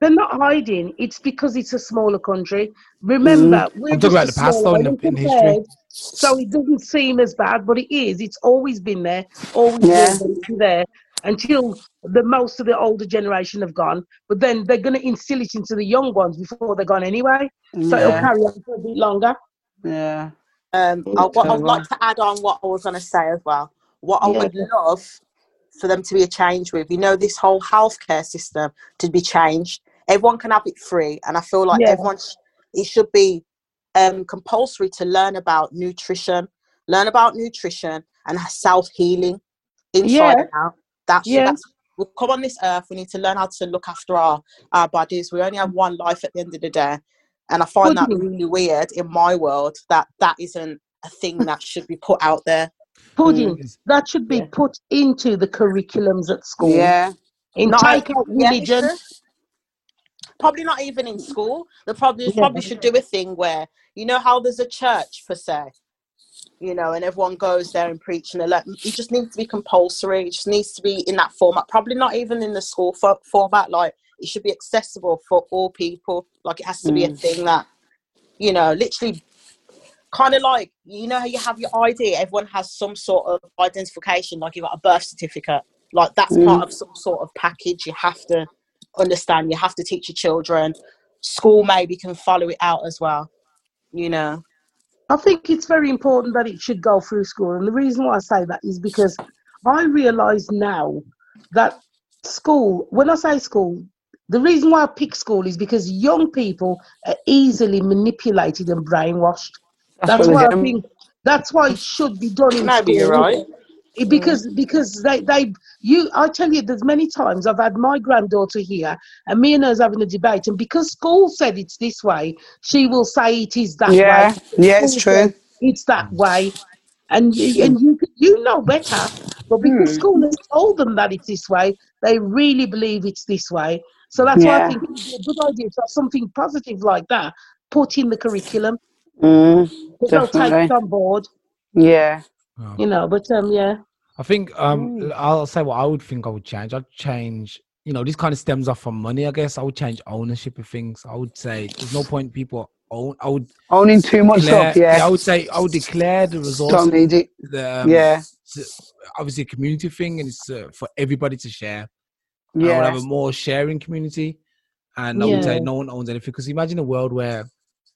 S3: They're not hiding. It's because it's a smaller country. Remember, we're
S1: Mm. I'm talking
S3: just
S1: about
S3: a
S1: the past,
S3: smaller
S1: though, in,
S3: one
S1: the,
S3: in
S1: in history.
S3: compared. So it doesn't seem as bad, but it is. It's always been there, always
S2: Yeah.
S3: will be there until the most of the older generation have gone. But then they're going to instill it into the young ones before they're gone anyway. So it'll
S2: Yeah.
S3: carry on for a bit longer.
S2: Yeah.
S3: Oh,
S4: Um, I, what I'd like to add on what I was going to say as well. What I
S3: Yeah.
S4: would love for them to be a change with, you know, this whole healthcare system to be changed. Everyone can have it free, and I feel like
S3: Yeah.
S4: everyone sh- it should be um, compulsory to learn about nutrition, learn about nutrition and self healing inside
S3: Yeah.
S4: and out. That's
S3: Yeah.
S4: that's we come on this earth. We need to learn how to look after our our bodies. We only have one life at the end of the day, and I find that
S3: Pudding.
S4: really weird in my world that that isn't a thing that should be put out there.
S3: Pudding.
S1: Is-
S3: That should be
S4: Yeah.
S3: put into the curriculums at school.
S2: Yeah.
S3: In
S4: Not
S3: take out
S4: yeah,
S3: religion.
S4: true. probably not even in school. The probably
S3: Yeah.
S4: probably should do a thing where you know how there's a church per se, you know, and everyone goes there and preach and they let it just needs to be compulsory. It just needs to be in that format. Probably not even in the school fo- format. Like it should be accessible for all people. Like it has to be a thing that, you know, literally kind of like you know how you have your ID, everyone has some sort of identification, like you've got a birth certificate. Like that's
S2: Mm.
S4: part of some sort of package. You have to understand, you have to teach your children. School maybe can follow it out as well, you know.
S3: I think it's very important that it should go through school. And the reason why I say that is because I realise now that school, when I say school, the reason why I pick school is because young people are easily manipulated and brainwashed. That's
S2: what
S3: why
S2: it
S3: I
S2: is.
S3: think that's why it should be done in
S4: Maybe you're
S3: school.
S4: right.
S3: It- because because they they you I tell you there's many times I've had my granddaughter here and me and her's having a debate and because school said it's this way she will say it is that way
S2: Yeah,
S3: Because
S2: yeah, it's
S3: school says
S2: true.
S3: it's that way and you, and you you know better but because
S1: Hmm.
S2: Mm.
S3: school has told them that it's this way they really believe it's this way so that's why I
S2: Yeah.
S3: think it would be a good idea to have something positive like that put in the curriculum
S2: Mm,
S3: because they'll take it
S2: definitely.
S3: on board
S2: Yeah.
S1: Oh.
S3: you know but um yeah
S1: I think um
S2: Mm.
S1: l- I'll say what I would think I would change. I'd change, you know, this kind of stems off from money, I guess. I would change ownership of things. I would say there's no point people own I would
S2: Owning too much stuff,
S1: declare yeah, I
S2: yeah.
S1: would say I would declare the resource
S2: Don't need it.
S1: the um
S2: Yeah.
S1: the, obviously a community thing and it's uh, for everybody to share. And I would have
S2: Yeah.
S1: a more sharing community and I would
S3: yeah
S1: say no one owns anything because imagine a world where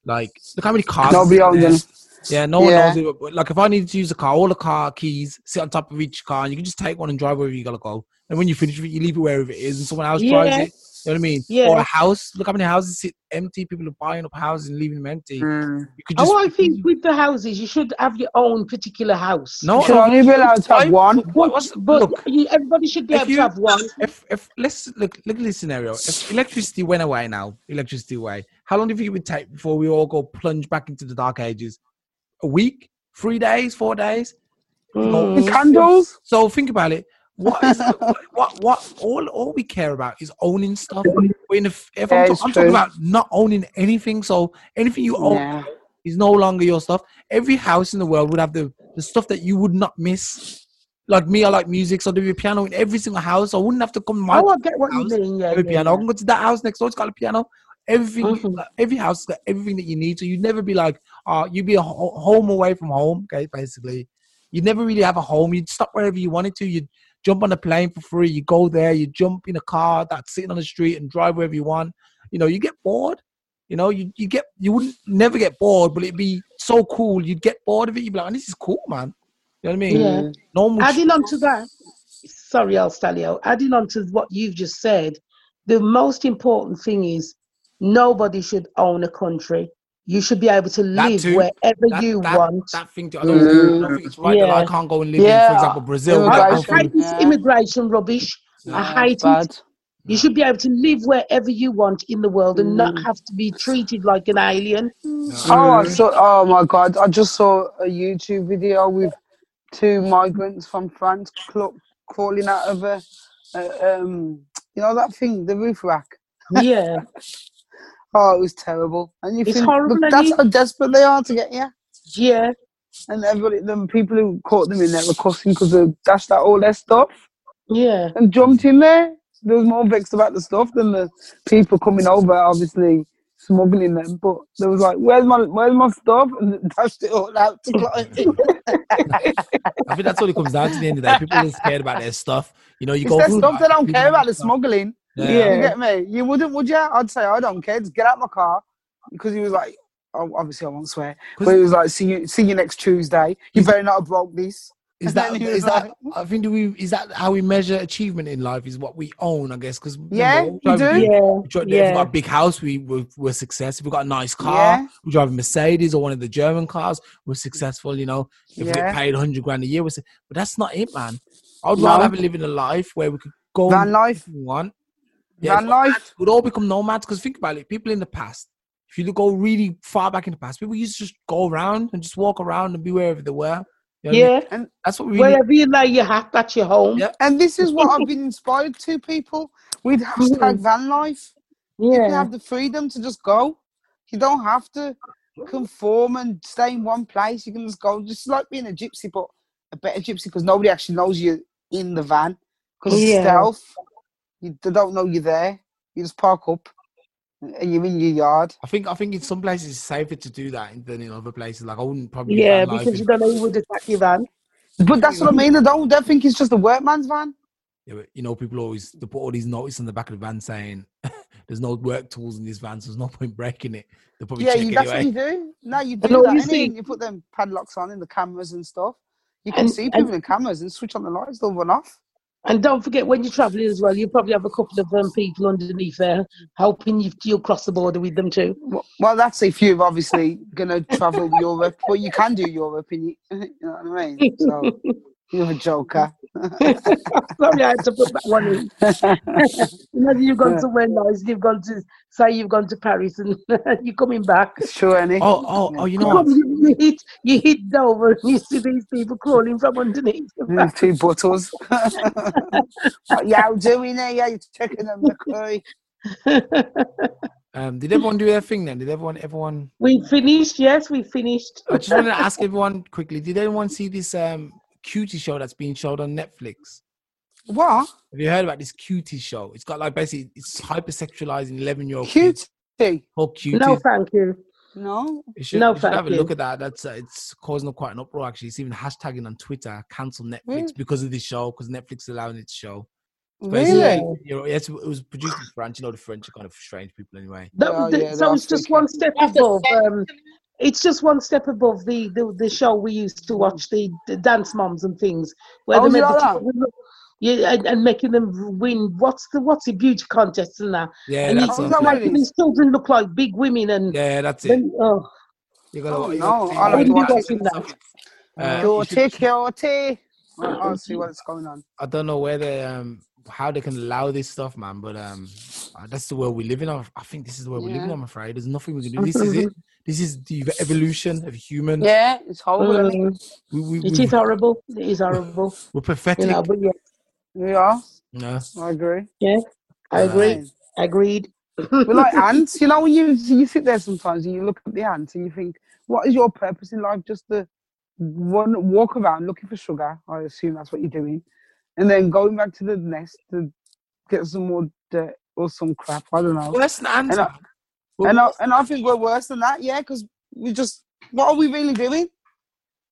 S1: like look how many cars are
S2: Nobody
S1: sitting
S2: owns
S1: there.
S2: them.
S1: Yeah, no one knows
S2: Yeah.
S1: it. but- but, Like, if I needed to use a car, all the car keys sit on top of each car, and you can just take one and drive wherever you gotta go. And when you finish, with it, you leave it wherever it is, and someone else drives
S3: yeah
S1: it. You know what I mean?
S3: yeah
S1: Or a house. Look how many houses sit empty. People are buying up houses and leaving them empty.
S2: Mm.
S1: You could just.
S3: Oh, I think with the houses, you should have your own particular house.
S1: No,
S2: You
S1: I
S2: should
S1: don't think
S2: only
S1: you
S2: be
S1: should.
S2: allowed to
S1: Why?
S2: have one.
S1: What
S3: But
S1: was?
S3: but
S1: Look,
S3: you, everybody should be
S1: if
S3: able to
S1: you
S3: have one.
S1: if if let's look look at this scenario. If electricity went away now, electricity away. How long do you think it would take before we all go plunge back into the dark ages? A week, three days, four days? No.
S2: The
S3: Mm.
S2: candles?
S1: So think about it. What is what what, what all all we care about is owning stuff. When if, if I'm
S2: yeah,
S1: ta-
S2: it's
S1: I'm talking
S2: true.
S1: about not owning anything, so anything you
S4: Oh,
S1: own
S2: Yeah.
S1: is no longer your stuff. Every house in the world would have the, the stuff that you would not miss. Like me, I like music, so there'd be a piano in every single house. I wouldn't have to come to my
S3: Oh, I get what you
S1: house
S3: mean. Yeah,
S1: have a
S3: yeah,
S1: piano. I
S3: yeah.
S1: can go to that house next door. It's got a piano. Everything,
S3: hmm
S1: like, every house has got everything that you need. So you'd never be like, uh, you'd be a ho- home away from home. Okay, basically, you'd never really have a home. You'd stop wherever you wanted to. You'd jump on a plane for free. You go there. You jump in a car that's sitting on the street and drive wherever you want. You know, you get bored. You know, you you get you wouldn't never get bored, but it'd be so cool. You'd get bored of it. You'd be like, "Oh, "This is cool, man." You know what I mean?
S3: Yeah.
S2: Mm.
S1: Normal. Sh-
S3: Adding on to that, sorry, Alstalio, adding on to what you've just said, the most important thing is nobody should own a country. You should be able to
S1: that
S3: live
S1: too.
S3: wherever
S1: That
S3: you
S1: that
S3: want.
S1: that thing. Too, I don't. I don't
S2: Mm.
S1: think it's right that I
S3: Yeah.
S1: can't go and live in, for
S2: Yeah.
S1: example, Brazil.
S3: I,
S1: That I don't
S3: I hate
S1: think.
S2: Immigration.
S3: this
S2: Yeah.
S3: immigration rubbish. I
S1: Yeah.
S2: Yeah, it's
S3: hate it.
S2: bad.
S3: You
S1: Yeah.
S3: should be able to live wherever you want in the world and not
S2: Mm.
S3: have to be treated like an alien.
S1: Yeah.
S2: Oh, I
S3: Mm.
S2: saw. Oh my God! I just saw a YouTube video with two migrants from France cl- crawling out of a, a, um, you know that thing, the roof rack.
S3: Yeah,
S2: Oh, it was terrible. And you
S3: it's
S2: think, look,
S3: horrible, and
S2: that's
S3: it,
S2: how desperate they are to get here.
S3: yeah,
S2: And everybody, the people who caught them in there were cussing because they dashed out all their stuff
S3: yeah,
S2: and jumped in there. They was more vexed about the stuff than the people coming over, obviously smuggling them. But they was like, "Where's my, where's my stuff?" And they dashed it all out to climb.
S1: I think that's what it comes down to. at The end of the day, people are scared about their stuff. You know, you
S2: It's
S1: go
S2: their
S1: through
S2: stuff.
S1: life.
S2: They don't
S1: people
S2: care
S1: want
S2: about the
S1: stuff.
S2: smuggling.
S1: Yeah.
S2: You
S3: yeah,
S2: get me? You wouldn't, would you? I'd say I don't care. Just get out my car because he was like, oh, obviously I won't swear, but
S1: Because
S2: he was like, see you, see you next Tuesday. You
S1: is
S2: better not have broke
S1: is
S2: this. And then
S1: that
S2: he was
S1: is that
S2: like,
S1: I think do we is that how we measure achievement in life is what we own, I guess. Because remember,
S2: yeah,
S1: we
S2: you
S1: drive a
S2: do.
S1: big.
S3: yeah,
S1: We drive, if we
S3: yeah,
S1: got a big house, we we're, we're successful. If we got a nice car,
S2: Yeah,
S1: we drive a Mercedes or one of the German cars, we're successful. You know, if we get
S2: yeah.
S1: paid hundred grand a year, we're. su- But that's not it, man. I'd rather
S2: No,
S1: have living a life where we could go and
S2: van
S1: do
S2: life,
S1: what we want. Yeah,
S2: van
S1: nomads.
S2: life.
S1: We'd all become nomads because think about it. People in the past, if you look- go really far back in the past, people used to just go around and just walk around and be wherever they were. You know what I mean?
S3: yeah.
S2: And
S1: That's what we really.
S3: Wherever you lay your hat, that's your home.
S1: Yeah.
S2: and this is what I've been inspired to. People with hashtag
S3: Mhm.
S2: van life. You
S3: Yeah,
S2: can have the freedom to just go. You don't have to conform and stay in one place. You can just go, just like being a gypsy, but a better gypsy because nobody actually knows you in the van because it's
S3: yeah,
S2: stealth. You, they don't know you're there. You just park up and you're in your yard.
S1: I think I think in some places it's safer to do that than in other places. Like I wouldn't probably do
S3: Yeah,
S1: van life
S3: because
S1: in-
S3: you don't know who would attack your van.
S2: But that's what I mean. I don't, don't think it's just a workman's van.
S1: Yeah, but, you know, people always they put all these notices on the back of the van saying there's no work tools in this van, so there's no point breaking it. They'll probably
S2: yeah,
S1: check
S2: you, that's
S1: anyway.
S2: what you do. No, you do
S3: all
S2: that.
S3: you
S2: innit?
S3: see-
S2: And you put them padlocks on in the cameras and stuff. You can
S3: And-
S2: see
S3: and-
S2: people in cameras and switch on the lights, they'll run off.
S3: And don't forget when you're travelling as well, you probably have a couple of um, people underneath there helping you. You'll cross the border with them too.
S2: Well, well, that's if you're obviously going to travel Europe. Well, you can do Europe, and you, you know what I mean? So you're a joker.
S3: Sorry, I had to put that one in. Imagine you've gone
S2: Yeah.
S3: somewhere nice, you've gone to say you've gone to Paris, and you're coming back.
S2: sure, Annie.
S1: Oh, oh, oh! You know
S3: You,
S1: what?
S3: come, you, you hit you hit Dover, and you see these people crawling from underneath. your van.
S2: Two bottles. yeah, how doing there? Yeah, you're checking them, McCoy.
S1: Um, did everyone do their thing then? Did everyone, everyone?
S3: we finished. Yes, we finished.
S1: I just wanted to ask everyone quickly. Did anyone see this um cutie show that's being showed on Netflix?
S2: What?
S1: Have you heard about this cutie show? It's got like basically it's hypersexualizing eleven year old kids.
S2: Cutie?
S1: Whole cuties.
S3: No, thank you.
S2: No.
S1: You should,
S3: No,
S1: you should have a
S3: thank
S1: look
S3: you.
S1: at that. That's uh, it's causing quite an uproar actually. It's even hashtagging on Twitter, cancel Netflix
S2: Really?
S1: because of this show, because Netflix is allowing its show. It's basically,
S2: Really?
S1: You know, yes, it was produced in French. You know, the French are kind of strange people anyway.
S3: That,
S2: Oh,
S3: that-
S2: yeah,
S3: so
S2: they're
S3: it's just
S2: freaky.
S3: one step
S4: That's the
S3: above.
S4: same-
S3: Um, it's just one step above the, the, the show we used to watch, the, the dance moms and things, where they
S2: Oh, is it
S3: made the
S2: like that?
S3: children look- yeah, and, and making them win. What's the what's the beauty contest and that?
S1: Yeah,
S3: and you,
S1: that's
S2: Oh, is
S1: on
S2: that
S1: Netflix.
S3: you
S2: what it
S3: make
S2: is?
S3: these children look like big women, and
S1: Yeah, that's it.
S3: then oh,
S1: You gotta,
S2: Oh,
S1: wa- you
S2: no.
S1: gotta, you
S2: I'll
S1: gotta
S2: have to
S3: wouldn't be
S1: watch
S2: watch
S1: this
S2: it.
S1: and
S3: watching that.
S1: stuff. Uh, you should.
S2: Cutie, cutie. Well, I'll see what's going on.
S1: I don't know where they, um, how they can allow this stuff, man. But um, uh, that's the world we live in. I'm- I think this is the world we live in.
S2: Yeah.
S1: I'm afraid there's nothing we can do. This is it. This is the evolution of human.
S2: Yeah, it's
S4: Oh,
S2: horrible, isn't it?
S3: Mm,
S1: We, we,
S3: it
S1: we,
S3: is horrible. It is horrible.
S1: we're
S3: You
S1: pathetic.
S3: know, but yeah,
S2: Yeah,
S1: No.
S2: I agree.
S3: yeah, I
S1: Uh,
S3: agree.
S2: Fine.
S3: Agreed.
S2: We're like ants, you know, when you you sit there sometimes and you look at the ants and you think, what is your purpose in life? Just to run, walk around looking for sugar. I assume that's what you're doing, and then going back to the nest to get some more dirt or some crap. I don't know.
S1: Worse than ants.
S2: And I,
S1: man. We're
S2: and I,
S1: worse-
S2: and I think we're worse than that, yeah, because we just what are we really doing?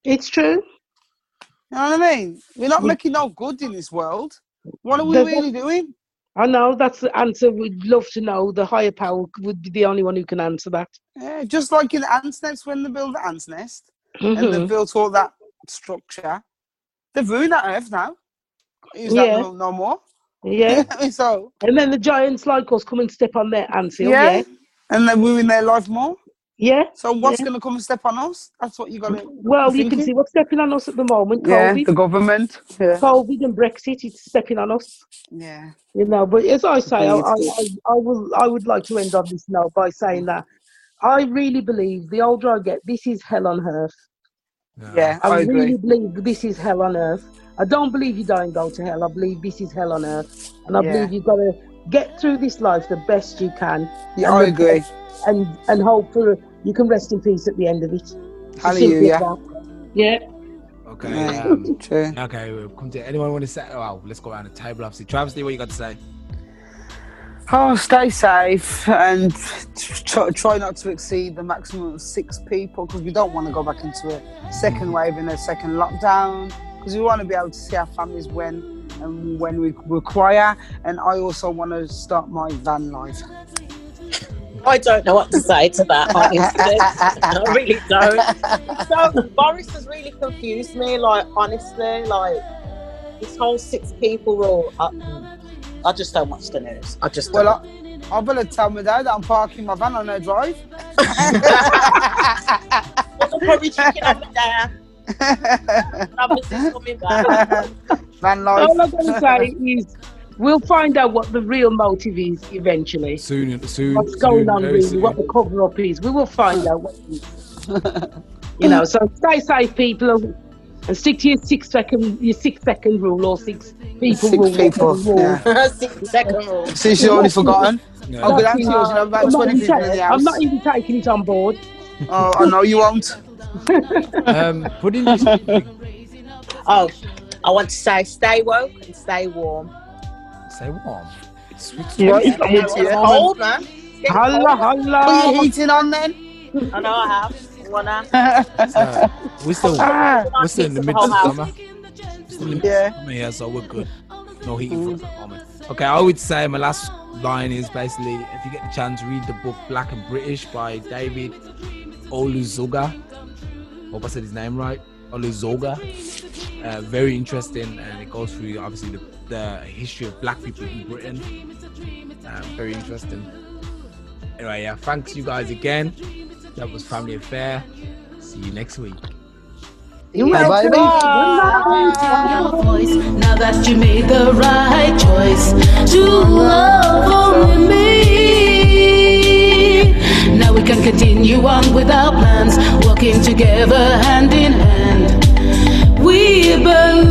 S3: It's true.
S2: You know what I mean? We're not
S3: We-
S2: making no good in this world. What are we
S3: There's
S2: really doing?
S3: I know that's the answer. We'd love to know. The higher power would be the only one who can answer that.
S2: Yeah, just like in ants' nest when they build the ants' nest. and they've
S3: Mhm.
S2: built all that structure. They've ruined that earth now. Is that
S3: Yeah.
S2: no, no more?
S3: Yeah.
S2: so
S3: And then the giants like us come and step on their anthill.
S2: yeah.
S3: Yeah.
S2: and they ruin their life more.
S3: Yeah.
S2: So what's
S3: Yeah.
S2: going to come and step on us? That's what you got to
S3: Well, you can
S2: thinking.
S3: see what's stepping on us at the moment.
S2: Yeah,
S3: COVID,
S2: the government. Yeah,
S3: COVID and Brexit. It's stepping on us.
S2: yeah.
S3: You know. But as I say, I, I,
S2: Political.
S3: I, I will. I would like to end on this note by saying that I really believe the older I get, this is hell on earth.
S1: No.
S2: Yeah,
S3: I
S2: I
S3: really
S2: agree.
S3: believe this is hell on earth. I don't believe you die and go to hell. I believe this is hell on earth. And I
S2: Yeah,
S3: believe you've got to get through this life the best you can
S2: yeah,
S3: and the
S2: I
S3: best,
S2: agree.
S3: and, and hope for you can rest in peace at the end of it. It's as simple as
S2: Hallelujah.
S3: that. Yeah.
S1: Okay.
S2: Yeah,
S1: Um.
S2: true.
S1: Okay. We'll come to anyone want to say. oh, Wow. Let's go around the table. Obviously, Travis, Lee, what you got to say?
S2: Oh, stay safe and tr- try not to exceed the maximum of six people because we don't want to go back into a second wave and a second lockdown because we want to be able to see our families when and when we require. And I also want to start my van life.
S4: I don't know what to say to that, honestly. I really don't. So Boris has really confused me. Like honestly, like this whole six people rule. I, mm, I just don't watch the news. I just
S2: well,
S4: don't.
S2: I, I better tell my dad that I'm parking my van on her drive.
S4: I'm probably chicken over there. Travis is coming back.
S2: van
S3: All I'm
S2: life.
S3: going to say is we'll find out what the real motive is eventually.
S1: Soon. Soon.
S3: What's going
S1: Soon.
S3: on
S1: Very
S3: really, what
S1: soon.
S3: the cover up is. We will find out what it is. You know, so stay safe people and stick to your six second your six second rule or six people
S2: Six
S3: rule, whatever
S2: people.
S3: rule.
S2: Yeah.
S4: Six second rule.
S2: Since
S3: You're
S2: you've already
S3: not-
S2: forgotten.
S1: Yeah.
S2: I'll go
S3: That's
S2: down to
S3: it.
S2: yours and have about
S3: I'm not
S2: 20
S3: even
S2: people in
S3: taking.
S2: the
S3: I'm not
S2: house.
S3: even taking it on board.
S2: Oh, I know you won't.
S1: Um. Put in this.
S4: Oh, I want to say stay woke and stay warm.
S1: Say warm.
S2: You know, it's coming to
S4: It's
S2: you.
S4: cold, man. It's getting
S2: Holla,
S4: cold.
S2: holla.
S4: Put
S3: Oh.
S4: your heating on then. I know I have. Wanna.
S1: So, we're still
S2: Ah,
S1: we're still in the midst of summer. Still in the midst
S2: Yeah.
S1: of
S2: Mm.
S1: summer here, so we're good. No heating for us at the moment. Okay, I would say my last line is basically if you get the chance, read the book Black and British by David Oluzoga. Hope I said his name right. Oluzoga. Uh, very interesting, and it goes through obviously the, the history of black people in Britain. Uh, very interesting. Anyway, yeah, thanks you guys again. That was Family Affair. See you next week.
S3: You
S2: Bye,
S3: welcome.
S2: baby.
S5: your voice now that you made the right choice to love only me. Now we can continue on with our plans, working together hand in hand. We believe.